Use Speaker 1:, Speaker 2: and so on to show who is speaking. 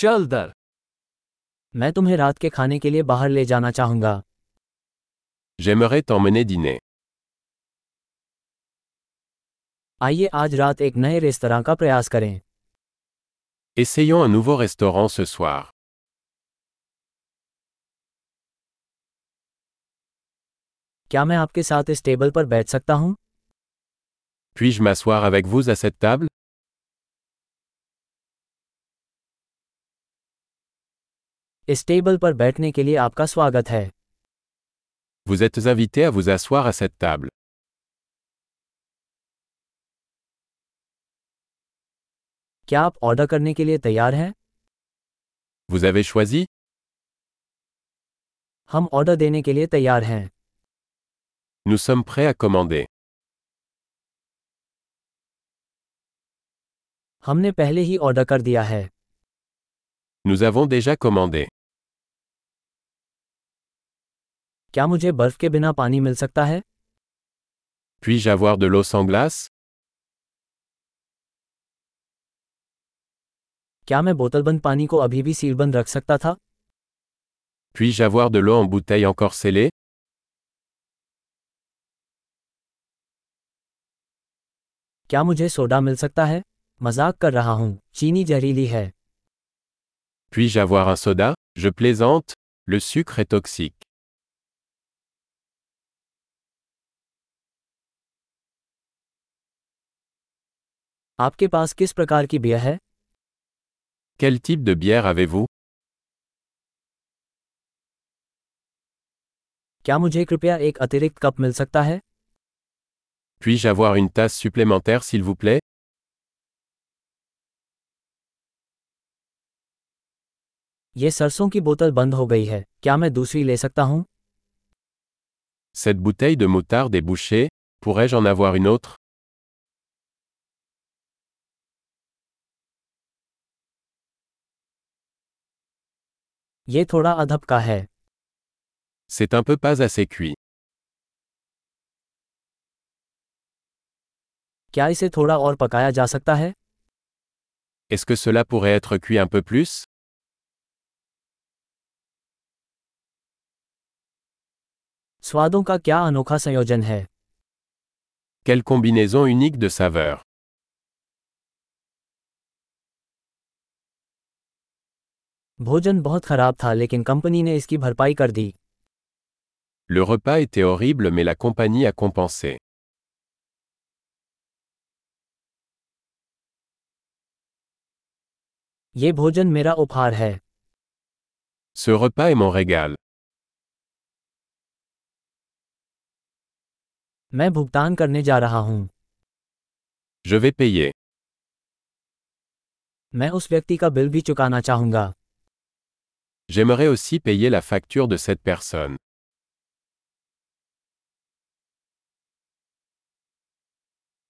Speaker 1: चल दर
Speaker 2: मैं तुम्हें रात के खाने के लिए बाहर ले जाना चाहूंगा
Speaker 3: J'aimerais t'emmener dîner.
Speaker 2: आइए आज रात एक नए रेस्तरां का प्रयास करें
Speaker 3: Essayons un nouveau restaurant ce soir.
Speaker 2: क्या मैं आपके साथ इस टेबल पर बैठ सकता हूँ
Speaker 3: Puis-je m'asseoir avec vous à cette table
Speaker 2: इस टेबल पर बैठने के लिए आपका स्वागत है
Speaker 3: Vous êtes invité à vous asseoir à cette table.
Speaker 2: क्या आप ऑर्डर करने के लिए तैयार हैं
Speaker 3: Vous avez choisi
Speaker 2: हम ऑर्डर देने के लिए तैयार हैं
Speaker 3: Nous sommes prêts à commander.
Speaker 2: हमने पहले ही ऑर्डर कर दिया है
Speaker 3: Nous avons déjà commandé.
Speaker 2: क्या मुझे बर्फ के बिना पानी मिल सकता है
Speaker 3: Puis-je avoir de l'eau sans glace
Speaker 2: क्या मैं बोतलबंद पानी को अभी भी सीलबंद रख सकता था
Speaker 3: Puis-je avoir de l'eau en bouteille encore scellée
Speaker 2: क्या मुझे सोडा मिल सकता है मजाक कर रहा हूँ चीनी जहरीली है
Speaker 3: Puis-je avoir un soda Je plaisante. Le sucre est toxique.
Speaker 2: आपके पास किस प्रकार की बियर है
Speaker 3: Quel type de bière avez-vous
Speaker 2: क्या मुझे कृपया एक अतिरिक्त कप मिल सकता है
Speaker 3: Puis-je avoir une tasse supplémentaire s'il vous plaît
Speaker 2: ये सरसों की बोतल बंद हो गई है क्या मैं दूसरी ले सकता हूँ
Speaker 3: Cette bouteille de moutarde est bouchée. Pourrais-je en avoir une autre
Speaker 2: ये थोड़ा अधब का है
Speaker 3: C'est un peu pas assez cuit.
Speaker 2: क्या इसे थोड़ा और पकाया जा सकता है
Speaker 3: Est-ce que cela pourrait être cuit un peu plus
Speaker 2: स्वादों का क्या अनोखा संयोजन है
Speaker 3: Quelle combinaison unique de saveurs
Speaker 2: भोजन बहुत खराब था लेकिन कंपनी ने इसकी भरपाई कर दी
Speaker 3: Le repas était horrible mais la compagnie a compensé.
Speaker 2: ये भोजन मेरा उपहार है
Speaker 3: Ce repas est mon régal.
Speaker 2: मैं भुगतान करने जा रहा हूँ
Speaker 3: Je vais payer.
Speaker 2: मैं उस व्यक्ति का बिल भी चुकाना चाहूंगा
Speaker 3: J'aimerais aussi payer la facture de cette personne.